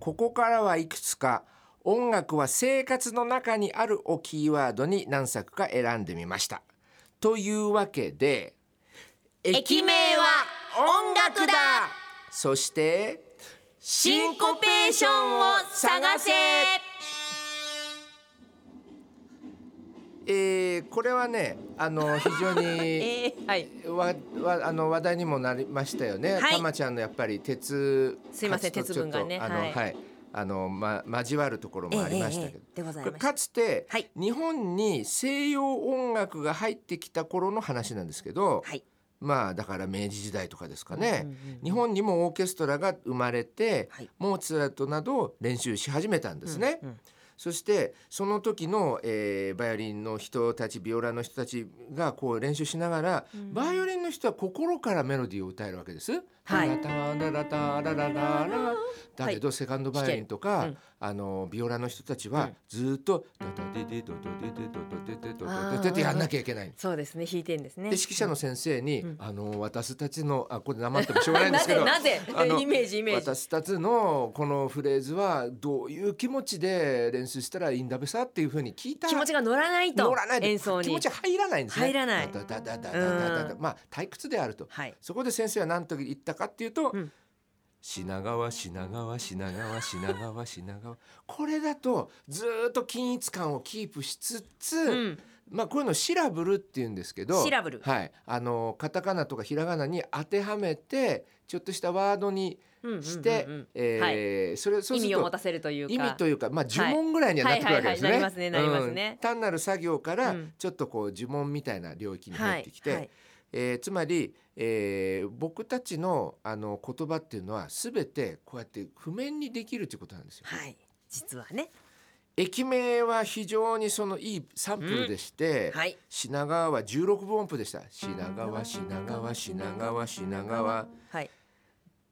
ここからはいくつか「音楽は生活の中にある」をキーワードに何作か選んでみました。というわけで駅名は音楽だそしてシンコペーションを探せえーこれはねあの非常 にはいわわあの話題にもなりましたよね。はいたまちゃんのやっぱり鉄すいませんかつとちょっと鉄分がねあのは、はいいあのま交わるところもありましたけど。でございこれましたかつて、はい日本に西洋音楽が入ってきた頃の話なんですけど、はいまあだから明治時代とかですかね、うんうんうん日本にもオーケストラが生まれて、はいモーツァルトなどを練習し始めたんですね。うんうんそしてその時の、えーバイオリンの人たちビオラの人たちがこう練習しながら、うんバイオリンの人は心からメロディーを歌えるわけです。はいタラタラタララララだけどセカンドバイオリンとか、弾けるあのビオラの人たちうはんずっと「ドドデデドドデデドドデデドドデデ」あっーてやんなきゃいけない。そうですね弾いてんですねで指揮者の先生に、うんあの私たちのあこれ黙ってもしょうがないんでなすけぜどなぜあのイメージイメージ私たちのこのフレーズはどういう気持ちで練習したらいいんだべさっていうふうに聞いた気持ちが乗らないと乗らないで演奏に気持ち入らないんですね入らないだだだだだだだうんまあ退屈であるとはいそこで先生は何と言ったかっていうと、うん品川品川品川品川品川これだとずーっと均一感をキープしつつ、うんまあこういうのをシラブルって言うんですけどシラブルはい、あのカタカナとかひらがなに当てはめてちょっとしたワードにうんして、うんうんうんえーそれそう意す味るを持たとせるというか意味というか、まあ、呪文ぐらいにはなってくるわけですね。はいはいはいはいなりますねなりますねうん単なる作業かうらんちょっとこう呪文みたいな領域に入ってきて、はいはいえーつまり、えー僕たちのあの言葉っていうのは全てこうやって譜面にできるということなんですよ。はい実はね駅名は非常にそのいいサンプルでして、はい品川は16分音符でした品川品川品川品川はい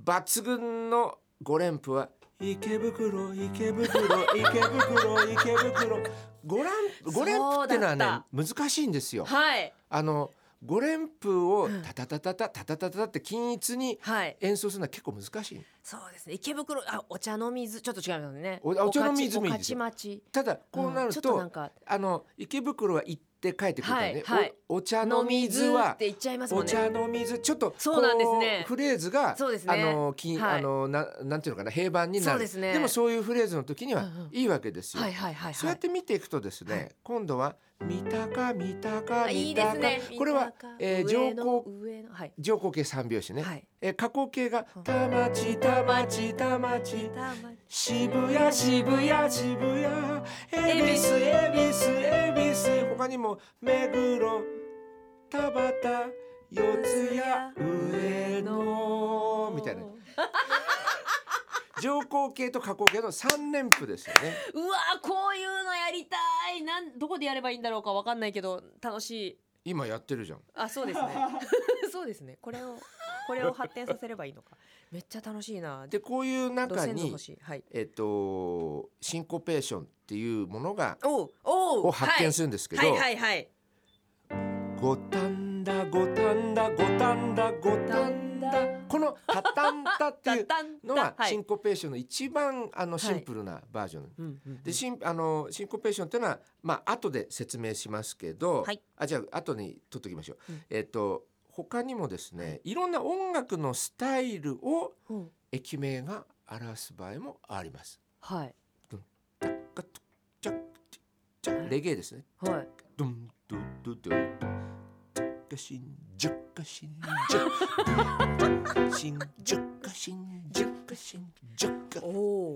抜群の5連符は池袋池袋池袋池袋5連5連符ってのはね難しいんですよはいあの5連符をタタタタタタタタタって均一にはい演奏するのは結構難しいそうですね池袋あお茶の水ちょっと違うのねおお茶の水おもいいかでちすおよかち町ただこうなるんちょっとなんかあの池袋は行って帰ってくるからね、はいはいおお茶の水はって言っちゃいますもおんね茶の水ちょっとそうなんですねこうフレーズがそうですねあのき、はいあのななんていうのかな平板になそうるですねもそういうフレーズの時にはうんうんいいわけですよ。はいはいはいそうはやっいて見ていくとですね、はい今度は三鷹三あ鷹いい三です鷹、ねこれは、えー、上上の皇上のはい上皇系三拍子ね、はいえー下皇系がうん田町田町田町たま渋谷渋谷渋谷恵比寿恵比寿恵比寿他にも目黒田端四谷上野みたいな上皇系と下皇系の三連符ですよねうわーこういうのやりたいなんどこでやればいいんだろうかわかんないけど楽しい今やってるじゃんあそ うですねそうですねこれをこれを発展させればいいのかめっちゃ楽しいなでこういう路中線図に欲しいはいえっとシンコペーションっていうものがおうおうを発見するんですけどはいはいはいはい五反田五反田五反田五反田この「タタンタ」っていだうったんのだははシいンコペーションの一番あのいシンプルなバージョン、うんうんでシンあのシンコペーションっていうのはまあ後で説明しますけど、はいあじゃあ後に取っておきましょう、うんえっ、と他にもですねいろんな音楽のスタイルをうん駅名が表す場合もありますはいじゃじゃレゲエですねはいドンドンドンドンドンジャッカシンジャッカシンジャッカシンジャッカシンジャッカシンジャッカお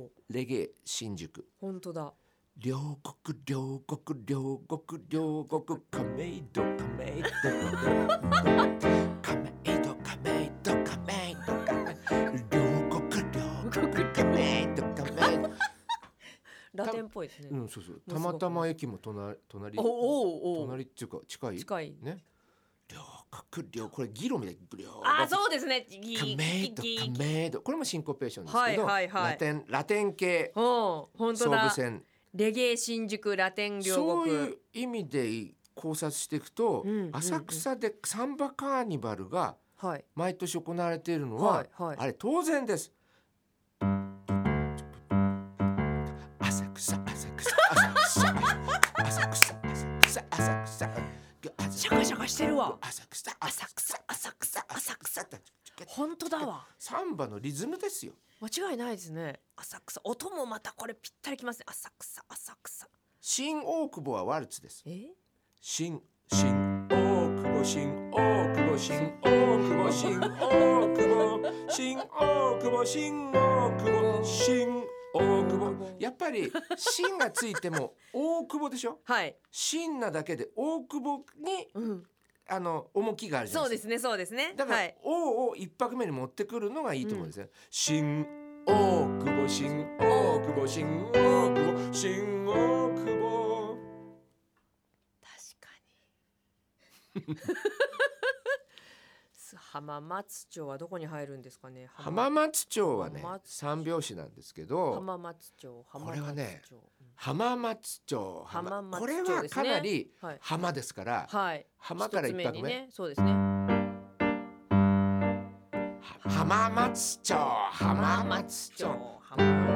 おレゲエ新宿本当だ両国両国両国両国亀戸亀戸亀戸亀戸亀戸亀戸両国両国亀戸亀戸ラテンっぽいですね、うんそうそうたまたま駅も隣隣おおおお隣っていうか近い近いね両国両これ議論みたい両国あーそうですねギー亀戸ギーギー亀戸これもシンコペーションですけどはいはいはいラテンラテン系おう本当総だ武線レゲエ新宿ラテン両そう国いう意味で考察していくと、うんうんうん浅草でサンバカーニバルがはい毎年行われているのは、はいはいあれ当然です。るわ浅草浅草浅草浅草って本当だわサンバのリズムですよ間違いないですね浅草音もまたこれぴったりきますね浅草浅草新大久保はワルツですえ新新大久保新大久保新大久保新大久保新大久保新大久保新大久保やっぱり新がついても大久保でしょはい新なだけで大久保にうんあの重きがあるじゃそなういでですかすねそうですねだから、はい王を一拍目に持ってくるのがいいと思うんですよ、新大久保新大久保新大久保新大久保確かに す浜松町はどこに入るんですかね浜松町はね浜松三拍子なんですけど浜松町浜これはね松町うん浜松町浜松町これはですかねなりはい浜ですからはい浜から一つ目拍に目ねそうですねは浜松町浜松町浜松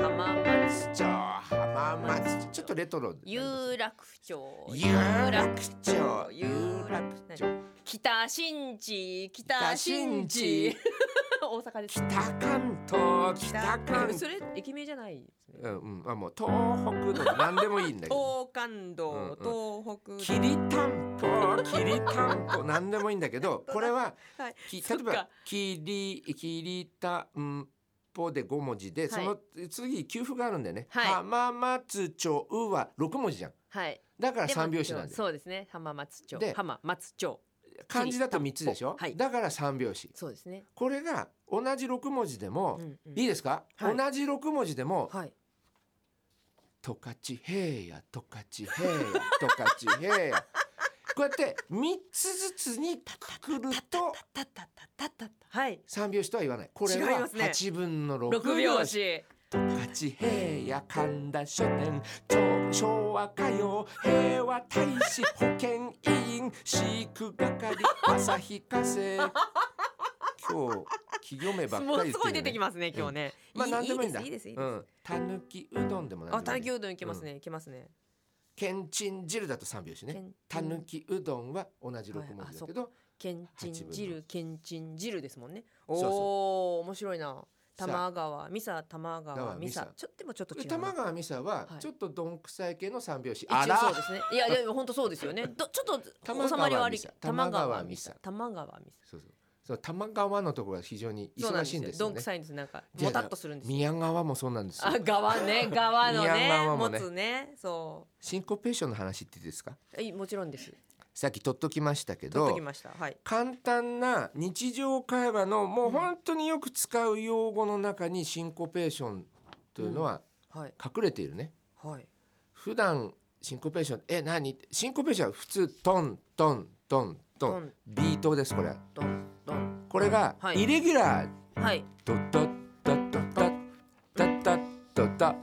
浜松町浜松町ちょっとレトロになりますね有楽町有楽町有楽町何北新地北新新地地大阪です北関東北関そ東れ駅名じゃないですねうんうんあもう東北の何でもいいんだけど東関道東北きりたんぽきりたんぽ何でもいいんだけ どこれははいきそ例えっかば「きり」「きりたんぽ」で5文字で、いその次給付があるんだよね「はい浜松町」は6文字じゃんはいだからで3拍子なん松でそうですね浜松町で浜松町漢字だと3つでしょ、はいだから3拍子そうですねこれが同じ6文字でも、うんうんいいですか、はい同じ6文字でもはい「十勝平野十勝平野十勝平野」こうやって3つずつにくるとたたたたたたはい3拍子とは言わないこれ違いまはすね8分の6六拍拍子。子八平野神田書店昭昭和歌謡平和大使保健委員飼育係朝日課生 今日企業名ばっもかうり言ってる、ね、すごい出てきますね今日ねまあ何でもいいんだいいですいいですいいですうん、たぬきうどんでも何あでたもいぬいきうどんいけますねいけますねけんちん汁だと三拍子ねけんたぬきうどんは同じ六文字だけど、けんちん八分汁けんちん汁ですもんねおそうそうおー面白いなさあ玉川ミサ玉川川ミサミサちょっともちょっと違うな玉川美沙ははいちょっとどんくさい系の三拍子、あ一応らそうですねいやいや本当そうですよ ねどちょっ玉川と収まり悪いミサ玉玉川川ミミササ玉川ミサそうそうそう玉川のところが非常にそうな忙しいんですよどんねくさいんですなんかじゃもあたっとするんですよ宮川もそうなんですよあ側ね側の宮ね川もね持つねそシンコペーションの話っていいですかうえもちろんですさっき取っときましたけ取っどときましたはい簡単な日常会話のもう本当によく使う用語の中にシンコペーションというのははい隠れているねはい普段シンコペーションえ何シンコペーションは普通トントントントドンンビートですこれドンドンこれがはいイレギュラーはいドタッタッタッタッタッタッタッタッ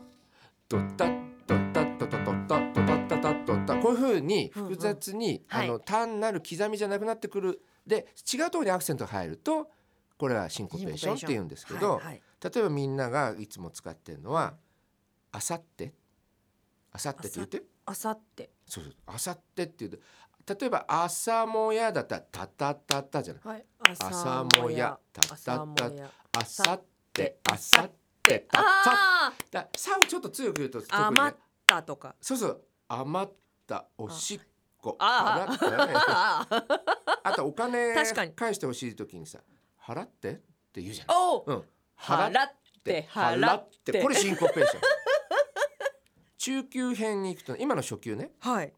ドタッドタッタッタッタッドタッタッタッタッタッこういう風に複雑にうんあうんはの単なる刻みじゃなくなってくるで違うところにアクセントが入るとこれはシンコペーションって言うんですけどはいはい例えばみんながいつも使ってるのは「あさって」「あさって」って言ってあさってそうそう「あさって」って言うと例えば「朝もや」だったら「たたたた」じゃないはい朝もやたたた朝もや「あさって」「あさって」「たたた」あーださをちょっと強く言うと特に、余ねっ、たとかそうそう余ったおしっこあ払ったね あーあとお金確かに返してほしい時にさ払ってって言うじゃんおううん払って払ってこれシンコペーション中級編に行くと今の初級ねはい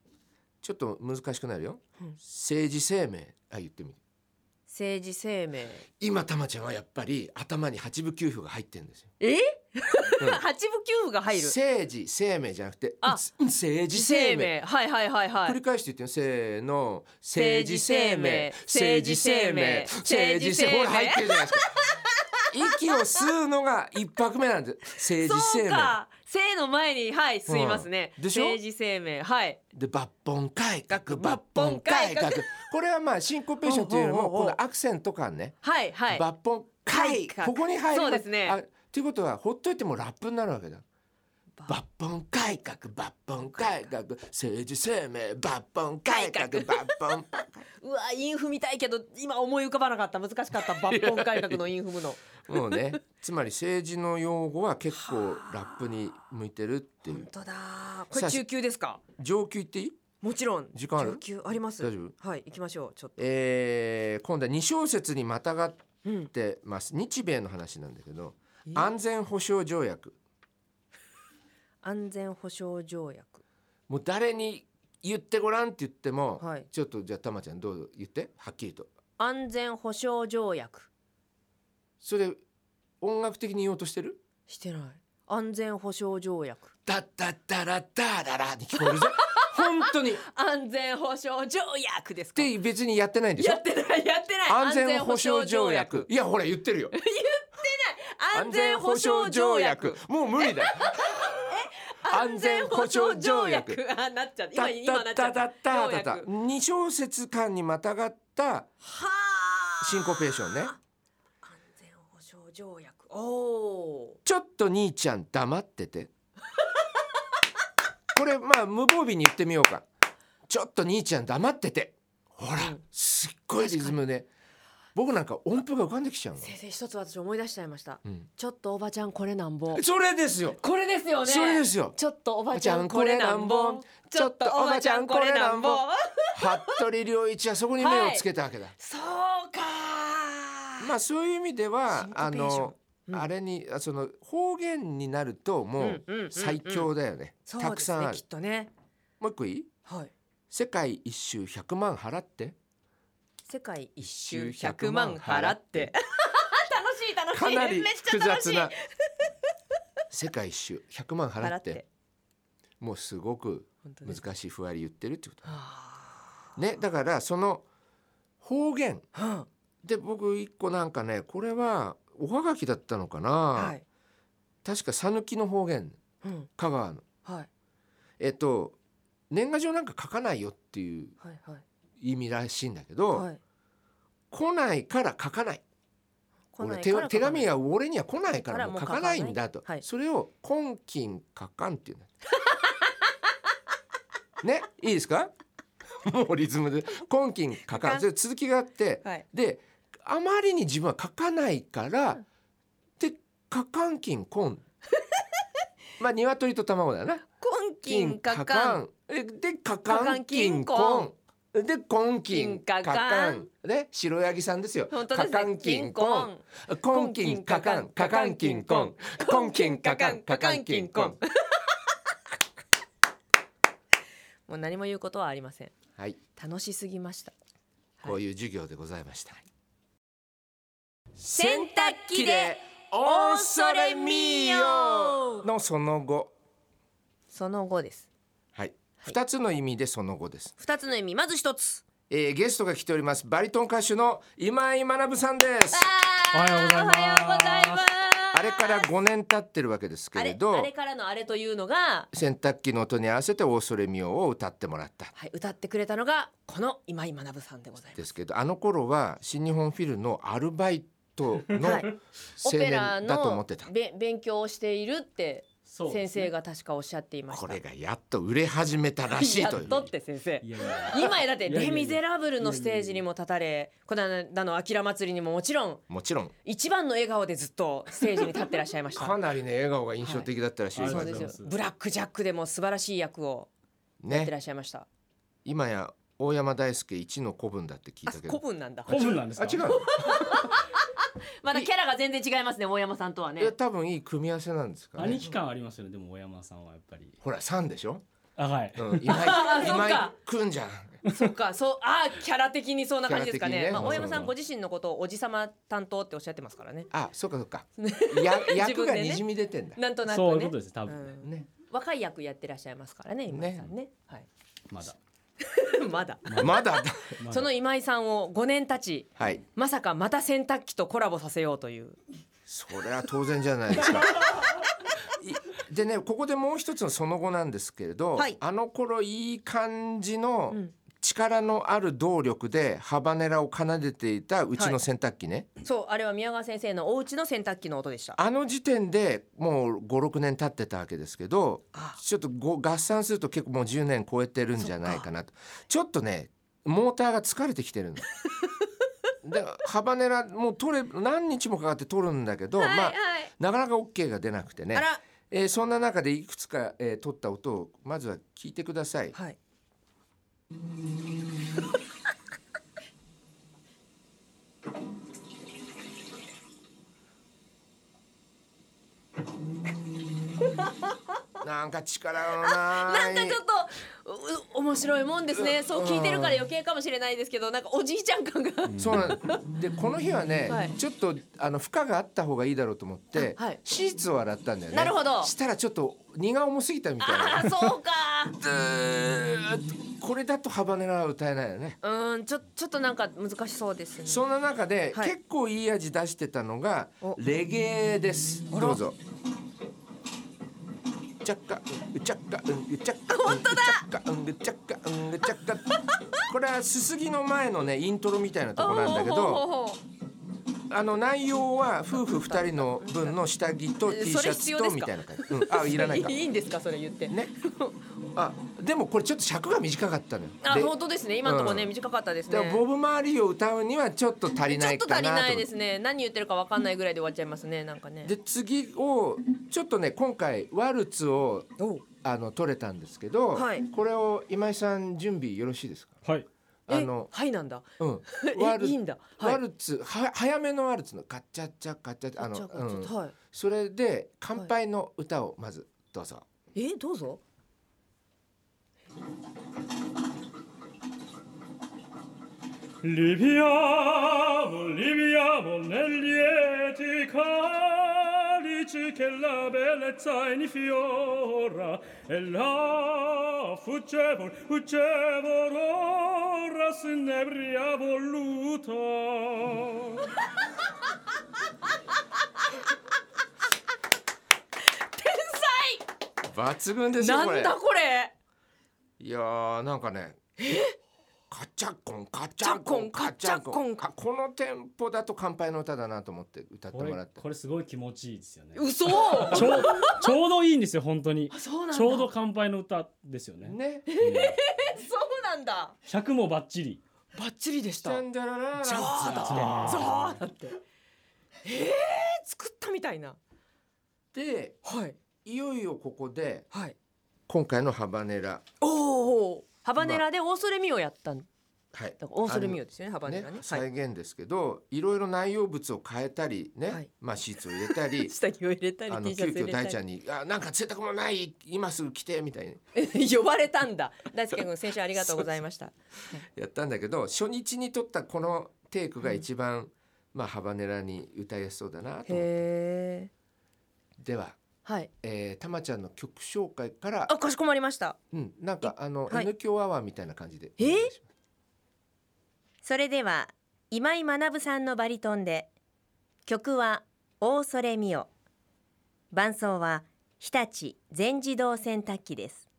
ちょっと難しくなるよ、うん政治生命あ言ってみる政治生命今たまちゃんはやっぱり頭に八部九符が入ってるんですよ、えうん 八部九部が入る政治生命じゃなくてあうん政治生命はいはいはいは繰いり返して言ってよせーの政治生命政治生命政治生命政治生命ほら入ってるじゃないですか息を吸うのが一拍目なんです政治そう生命か生の前にはい吸いますねうんでしょ政治生命はいで抜本改学革抜本改革これはまあシンコペーションというよりおうおもうおうこのアクセント感ねはいはい抜本改改革ここに入るそうですねということはほっといてもラップになるわけだ抜本改革抜本改革政治生命抜本改革抜本うわインフみたいけど今思い浮かばなかった難 しかった抜本改革のインフムのもうねつまり政治の用語は結構ラップに向いてるってい本う当だこれ中級ですか上級言っていいもちろん時間ある上級あります大丈夫はい行きましょうちょっと、えー今度は2小節にまたがっうん、てます日米の話なんだけどえ安全保障条約安全保障条約もう誰に言ってごらんって言っても、はいちょっとじゃあたまちゃんどうぞ言ってはっきりと安全保障条約それ音楽的に言おうとしてるしてない安全保障条約ダッダッダラッダララに聞こえるじゃん本当にっ安全保障条約ですかて別にやってないんでしやょってないやってない安全保障条約いやほら言ってるよ安全保障条約もう無理だよ安全保障条約あなっちゃったタ今ッ今なっちタゃッタったッタッタッタ条約二小節間にまたがったはあシンコペーションね安全保障条約おおちょっと兄ちゃん黙っててこれまあ無防備に言ってみようかちょっと兄ちゃん黙っててほら、うんすっごいリズムで僕なんか音符が浮かんできちゃうの、先生一つ私思い出しちゃいましたうん、ちょっとおばちゃんこれなんぼそれですよこれですよねそれですよちょっとおおばばちちゃゃんんここれれななんんぼぼちょっとおばちゃんこれなんぼ服部良一はそこに目をつけたわけだ、そうかまあそういう意味ではシンコペあーションの、うんあれにあその方言になるともううんうんうんうん最強だよね、そうたくでさんすねあるきっとねもう一個いいはい世界一周100万払って世界一周100万払って楽しい楽しいかなり めっちゃ複楽し雑いな世界一周100万払払っって てもうすごく本当です難しいふわり言ってるってことはあねだからその方言はで僕一個なんかねこれはおはがきだったのかな、あはい確か讃岐の方言うん香川のはいえっと年賀状なんか書かないよっていうはいはい意味らしいんだけど、はい来ないから書かない来ない俺手から手紙来が俺には来ないからもう書からかもう書かなないいんだと、はいそれを「今金書かん」っていうんだ ねいいですかもうリズムで「今金書かかん」んそれ続きがあってないはいであまりに自分は書かないから、うんで「書かん金こ ん」まあ鶏と卵だな。今金かかかんんえでかかかかんん金金婚婚で婚金金かかかかんんね白ヤギさんですよ本当ですねかかん金婚婚婚金かかんかかん金婚婚金かかんかかん金婚もう何も言うことはありませんはい楽しすぎましたこういう授業でございました洗濯機でオーソレミーヨのその後その後ですはい二つの意味でその後です、二つの意味まず一つえー、ゲストが来ておりますバリトン歌手の今井学さんですおはようございますおはようございますあれから五年経ってるわけですけあれれどあれからのあれというのが、洗濯機の音に合わせて「オーソレミオ」を歌ってもらったはい、歌ってくれたのがこの今井学さんでございますですけどあの頃は新日本フィルのアルバイトのはい青年だと思ってた、オペラのべ勉強をしているってそうで先すね生が確かおっしゃっていましたこれがやっと売れ始めたらしいやとっいうとって先生いやいや今やだって「いやいレ・やいやミゼラブル」のステージにも立たれこの間の「あきら祭り」にももちろんもちろん一番の笑顔でずっとステージに立ってらっしゃいました かなりね笑顔が印象的だったらしい、はいそう今であすよりがとうございますブラック・ジャックでも素晴らしい役をやってねらっしゃいました今や大山大輔一の古文だって聞いあたけ古ど文なんだ古文なんですあか違うまだキャラが全然違いますね大山さんとはねいや多分いい組み合わせなんですかね兄貴感ありますよねでも大山さんはやっぱりほら三でしょ、あはい、うん、今 井そう今か井くんじゃんそうかそうあーキャラ的にそんな感じですかキャラ的にねねまあ、そうそ大う山さんご自身のことをおじさま担当っておっしゃってますからねあそうかそう かや役が自分でねにじみ出てんだなんとなくねそういうことです多分、ねうんね若い役やってらっしゃいますからね今井さんねはい、まだ まだまだ まだその今井さんを5年経ちはいまさかまた洗濯機とコラボさせようというそれは当然じゃないです か。いでねここでもう一つのその後なんですけれど、はいあの頃いい感じのうん力のある動力でハバネラを奏でていたうちの洗濯機ね、そうあれは宮川先生のお家の洗濯機の音でしたあの時点でもう56年経ってたわけですけどあちょっとご合算すると結構もう10年超えてるんじゃないかなとちょっとねモーターが疲れてきてるの。 でハバネラもう取れ何日もかかって取るんだけど、まあなかなか OK が出なくてねあ、らえーそんな中でいくつか、えー、取った音をまずは聞いてください。はいなんか力のなないんかちょっとう面白いもんですねそう聞いてるから余計かもしれないですけどなんかおじいちゃん感がそうなんでこの日はね、はいちょっとあの負荷があった方がいいだろうと思って、あはいシーツを洗ったんだよねなるほどしたらちょっと荷が重すぎたみたいなああそうかずーっとこれだとハバネラは歌えないよねうーんちょちょっとなんか難しそうですねそんな中で、はい結構いい味出してたのがおレゲエですあらどうぞうちゃっかうんうちゃっかうんうちゃっかうんうちゃっかうんうちゃっかうんうちゃっかこれはすすぎの前のねイントロみたいなとこなんだけおどほほほほあの内容は夫婦二人の分の下着と T シそれャ必ツ要でとすみかたいな感じ。うん、 あ、いらないか。いいんですかそれ言って、ね。あ、でもこれちょっと尺が短かったのよ。あで本当ですね今のところね、うん短かったですでねもボブ・マーリーを歌うにはちょっと足りちなょっいとか足りなとな思いっでて。すね何言ってるかわかんないぐらいで終わっちゃいますねなんかねで次をちょっとね今回ワルツをおあの取れたんですけど、はいこれを今井さん準備よろしいですか？はい。あえのはいなんだうん えいいんだはいワルツは早めのワルツのガッチャッチャガッチャッチャあちのょこっちょっうんとはいそれで乾杯の歌をまずどうぞ。えどうぞ Liviamo, liviamo nel lieti calici che la bellezza infiora e la fuggevol, fuggevol ora s'inebria voluta. 抜群ですよなんこれだこれいやーなんかねカチャッコンカチャッコンカチャッコンカチャッコンあこのテンポだと乾杯の歌だなと思って歌ってこもれらってこれすごい気持ちいいですよね。嘘ちょう ちょうどいいんですよ本当に。そうなんだちょうど乾杯の歌ですよね。ねそうなんだ百もバッチリ。バッチリでしチャンダラララそうだあーそうだってえー、作ったみたいなではいいよいよここではい今回のハバネラおおハバネラでオーソレミオやったんだはいからオーソレミオですよねハあバのネねラねは再現ですけどいろいろ内容物を変えたりね、はいまあシーツを入れた りい下着を入れたりあの T シ急ャツ入遽れた大ちゃりんに「あなんか洗濯もない今すぐ来て」みたいに 呼ばれたんだ大輔君先週ありがとうございましたやったんだけど初日に撮ったこのテイクが一番、まあハバネラに歌いやすそうだなと思ってへえでは、はいえー、たまちゃんの曲紹介からあかしこまりましたうんなんかあの、はい N 響アワーみたいな感じでえーそれでは今井学さんのバリトンで曲は「オーソレミオ」伴奏は日立全自動洗濯機です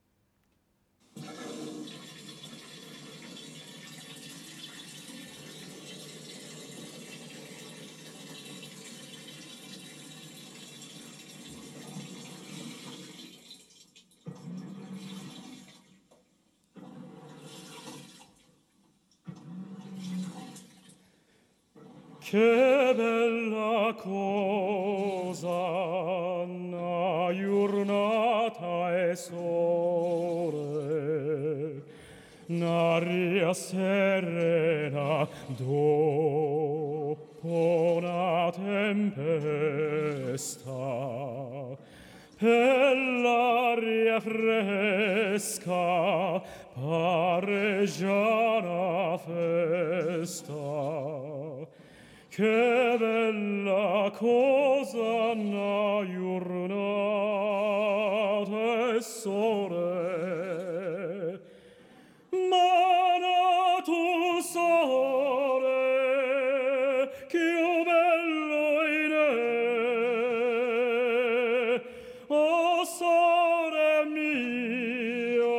Che bella cosa una giornata e sole, un'aria serena dopo una tempesta. Per l'aria fresca pare già una festa. Che bella cosa una giornata e sole Mana tu sole Ch'io bello in e O sole mio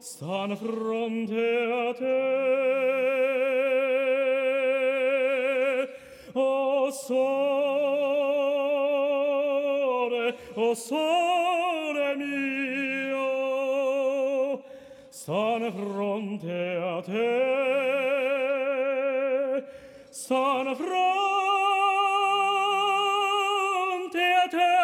stanno fronte a te. O sole, o sole mio, stanno fronte a te. Stanno fronte a te.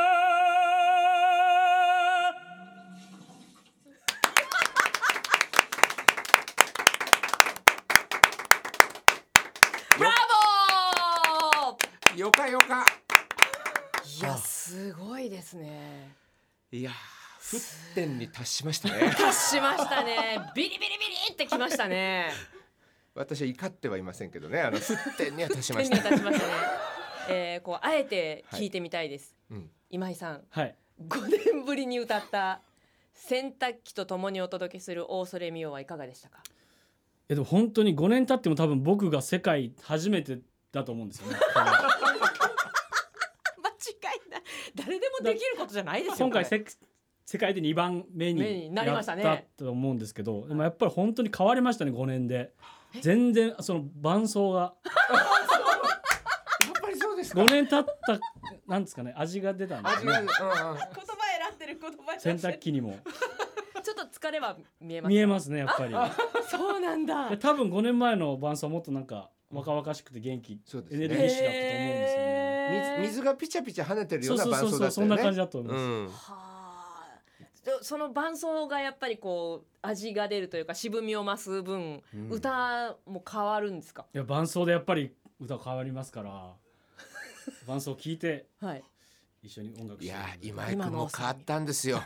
ブラボよかよかーいやすごいですねいやー沸点に達しましたね達しましたねビリビリビリってきましたね私は怒ってはいませんけどねあの沸点には達しま手しにた立ちましたね、えー、こうあえて聞いてみたいです、うん今井さんはい5年ぶりに歌った洗濯機とともにお届けする大それみよはいかがでしたかえでも本当に5年経っても多分僕が世界初めてだと思うんですよ ね 間違いない誰でもできることじゃないですよ今回これせ世界で2番目目にになりやまっしたねたと思うんですけど、でもやっぱり本当に変わりましたね5年で全然その伴奏がやっぱりそうです5年経ったなんですかね味が出たんで味すが、ねうんうん、言葉選んでる言葉洗選んで濯る機にもちょっと疲れは 見えます見えますねやっぱりそうなん だで多分5年前の伴奏はもっとなんか若々しくて元気、そうですエねネルギッシュだったと思うんですよね水水がピチャピチャ跳ねてるようなそうそ伴うそう奏そだうっそんなたよね感じだと思いますうんはあでその伴奏がやっぱりこう味が出るというか渋みを増す分、うん歌も変わるんですかいや伴奏でやっぱり歌変わりますから伴奏聞いてはい一緒に音楽いしてやるんでー今井君も変わったんですよ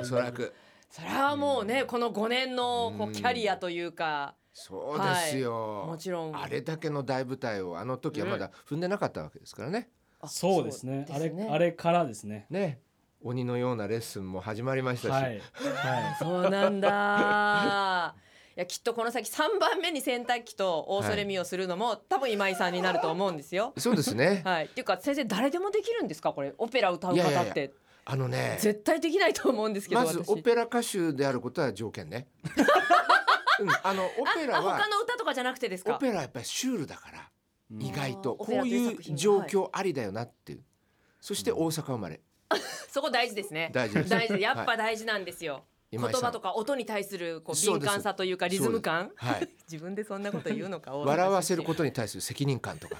おそらくそれはもうねこの5年のこうんうキャリアというかそうですよ、はいもちろんあれだけの大舞台をあの時はまだ踏んでなかったわけですからねあそうですねそうですねあれあれからですねね鬼のようなレッスンも始まりましたし、。はいはそうなんだいやきっとこの先3番目に洗濯機と大それみをするのも、多分今井さんになると思うんですよそうですねはい、っていうか先生誰でもできるんですかこれオペラ歌うい方ってやいやいやあのね絶対できないと思うんですけどまずオ私ペラ歌手であることは条件 ね、うん、あのオペラあは他の歌とかじゃなくてですオかペラはやっぱりシュールだからい意外とオこうペラというい作品うが状況ありだよなっていうそして大阪生まれそこ大事ですね大事です大事やっはぱ大事なんですよ、今言井さん葉とか音に対するこうそう敏です感さというかリズム感はい自分でそんなこと言うのか笑わせることとに対する責任感と か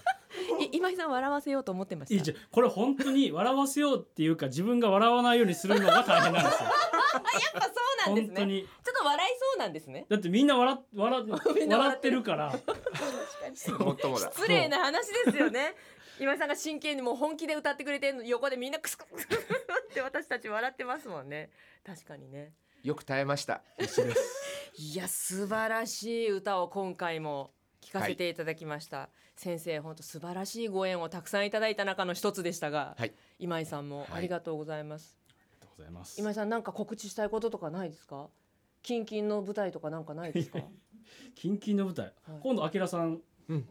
今井さん笑わせようと思ってましたいいじゃんこれ本当に笑わせようっていうか自分が笑わないようにするのが大変なんですよやっぱそ本うなんです当ねにちょっと笑いそうなんですねだってみんな笑っ笑っ みん笑な笑っっててるからもっともだ失礼な話ですよね今井さんが真剣にもう本気で歌ってくれてるの横でみんなクスクスクスって私たち笑ってますもんね確かにねよく耐えましたいや素晴らしい歌を今回も聞かせていただきました、先生本当素晴らしいご縁をたくさんいただいた中の一つでしたが、はい今井さんもはいありがとうございます、ありがとうございます今井さんなんか告知したいこととかないですかキンキンの舞台とかなんかないですかキンキンの舞台、今度あきらさん、うん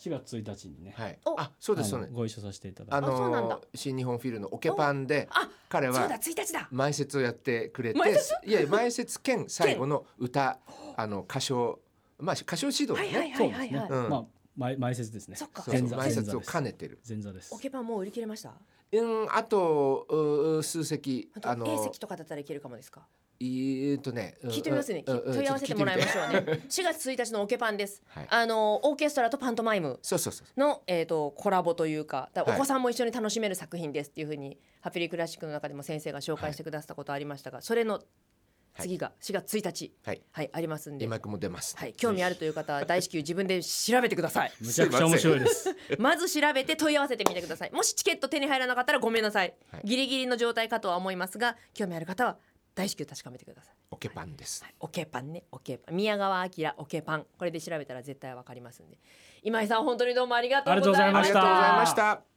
4月1日にね、はいおあそうですあそうのですご一緒させていただいあてあそうなんだの新日本フィルのオケパンであ彼そうだは1日だ前説をやってくれて前説いや前説兼最後の歌あの歌唱まあ歌唱指導はいね、はいはそういではすいね、はい、うんまあ前前説ですねそっかそうそう前座前説を兼ねてる前座ですオケパンもう売り切れましたうんあとうう数席あとあ A の席とかだったらいけるかもですかえーっとねうん聞いてみますね、うんうん問い合わせてもらいましちょっと聞ょうね 4月1日のオケパンです、はいあのオーケストラとパントマイムそうそうそうの、えー、とコラボというかだからはいお子さんも一緒に楽しめる作品ですっていうふうに、ハピリクラシックの中でも先生が紹介してくださったことありましたが、それの次が4月1日、はいはい、ありますんで、今井君も出ますはい、興味あるという方は大至急自分で調べてく ださいむちゃくちゃ面白いですまず調べて問い合わせてみてくださいもしチケット手に入らなかったらごめんなさい、はいギリギリの状態かとは思いますが興味ある方は大至急確かめてくださいオケパンですオケパンねオケパン宮川明オケパンこれで調べたら絶対わかりますんで今井さん本当にどうもありがとうございましありがたとうございましたありがとうございました